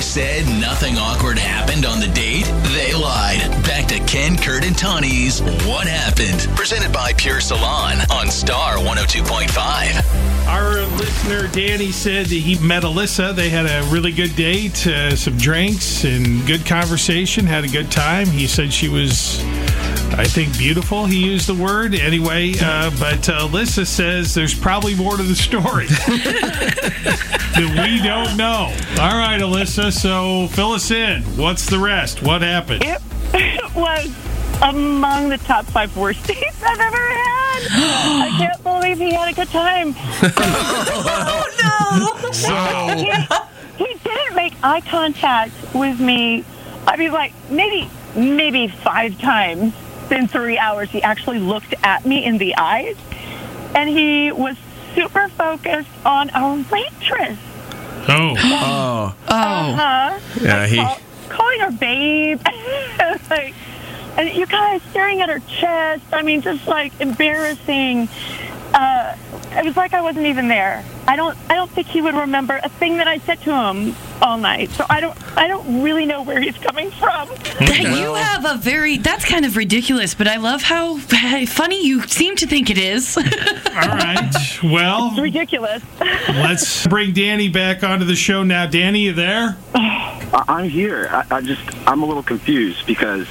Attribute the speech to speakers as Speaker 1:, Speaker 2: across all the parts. Speaker 1: said nothing awkward happened on the date? They lied. Back to Ken, Kurt, and Tawny's What Happened? Presented by Pure Salon on Star 102.5.
Speaker 2: Our listener Danny said that he met Alyssa. They had a really good date, uh, some drinks, and good conversation. Had a good time. He said she was, I think, beautiful. He used the word anyway. Uh, but uh, Alyssa says there's probably more to the story that we don't know. All right, Alyssa. So fill us in. What's the rest? What happened?
Speaker 3: It was among the top five worst dates I've ever had. I can't believe he had a good time.
Speaker 4: So,
Speaker 3: He didn't make eye contact with me. I mean, like maybe maybe five times in three hours. He actually looked at me in the eyes, and he was super focused on our waitress.
Speaker 2: Oh,
Speaker 3: Huh?
Speaker 4: Oh. yeah, he.
Speaker 3: Call, calling her babe. like, and you guys staring at her chest. I mean, just like embarrassing. Uh, it was like I wasn't even there. I don't. I don't think he would remember a thing that I said to him all night. So I don't. I don't really know where he's coming from.
Speaker 5: That you have a very that's kind of ridiculous, but I love how funny you seem to think it is.
Speaker 2: all right. Well,
Speaker 3: It's ridiculous.
Speaker 2: let's bring Danny back onto the show now. Danny, you there?
Speaker 6: I- I'm here. I, I just I'm a little confused because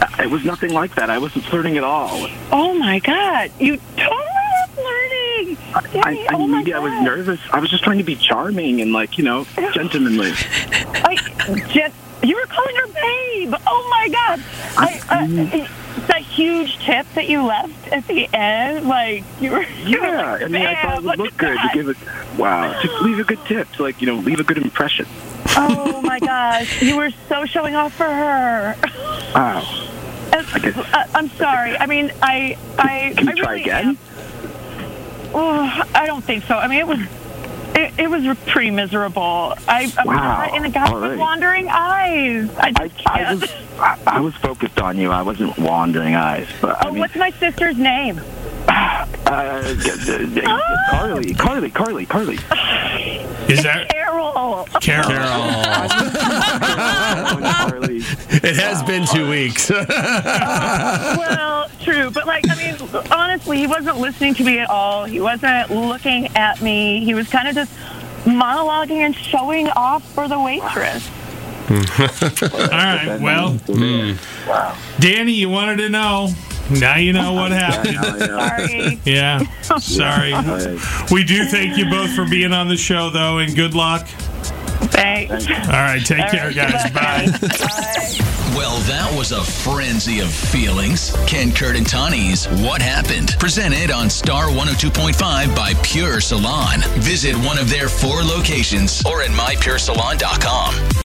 Speaker 6: I- it was nothing like that. I wasn't flirting at all.
Speaker 3: Oh my god! You totally were flirting.
Speaker 6: I,
Speaker 3: Danny,
Speaker 6: I
Speaker 3: oh my
Speaker 6: maybe I was
Speaker 3: God.
Speaker 6: nervous. I was just trying to be charming and like you know gentlemanly.
Speaker 3: I, Jen, you were calling her babe. Oh my god! I, I, that huge tip that you left at the end, like you were. You were
Speaker 6: Yeah,
Speaker 3: like,
Speaker 6: I mean I thought it
Speaker 3: "Babe,
Speaker 6: would look
Speaker 3: at
Speaker 6: good to
Speaker 3: that."
Speaker 6: give it. Wow, just leave a good tip. To like you know leave a good impression.
Speaker 3: oh my gosh, you were so showing off for her.
Speaker 6: Wow. guess-
Speaker 3: I, I'm sorry. I mean, I, I.
Speaker 6: Can we
Speaker 3: I
Speaker 6: try
Speaker 3: really
Speaker 6: again?
Speaker 3: am- Oh, I don't think so. I mean, it was. It, it was pretty miserable. I, I'm
Speaker 6: Wow.
Speaker 3: not- and the guy
Speaker 6: All
Speaker 3: with
Speaker 6: right.
Speaker 3: wandering eyes. I
Speaker 6: I,
Speaker 3: just
Speaker 6: I
Speaker 3: can't.
Speaker 6: was I, I was focused on you. I wasn't wandering eyes. But I
Speaker 3: oh,
Speaker 6: mean,
Speaker 3: what's my sister's name?
Speaker 6: uh, g- g- g- Carly, Carly, Carly, Carly.
Speaker 2: Is that
Speaker 3: Carol.
Speaker 2: Carol?
Speaker 6: Carly.
Speaker 4: It has been two weeks.
Speaker 3: well, true, but like I mean, honestly, he wasn't listening to me at all. He wasn't looking at me. He was kind of just monologuing and showing off for the waitress.
Speaker 2: All right. Well, Danny, you wanted to know. Now you know what happened.
Speaker 3: Sorry.
Speaker 2: Yeah. Sorry. We do thank you both for being on the show, though, and good luck.
Speaker 3: Thanks.
Speaker 2: All right. Take
Speaker 3: All
Speaker 2: care,
Speaker 3: right,
Speaker 2: guys. Bye.
Speaker 3: Bye.
Speaker 1: Well, that was a frenzy of feelings. Ken Kurt and Tawny's What Happened? Presented on Star 102.5 by Pure Salon. Visit one of their four locations or at mypuresalon.com.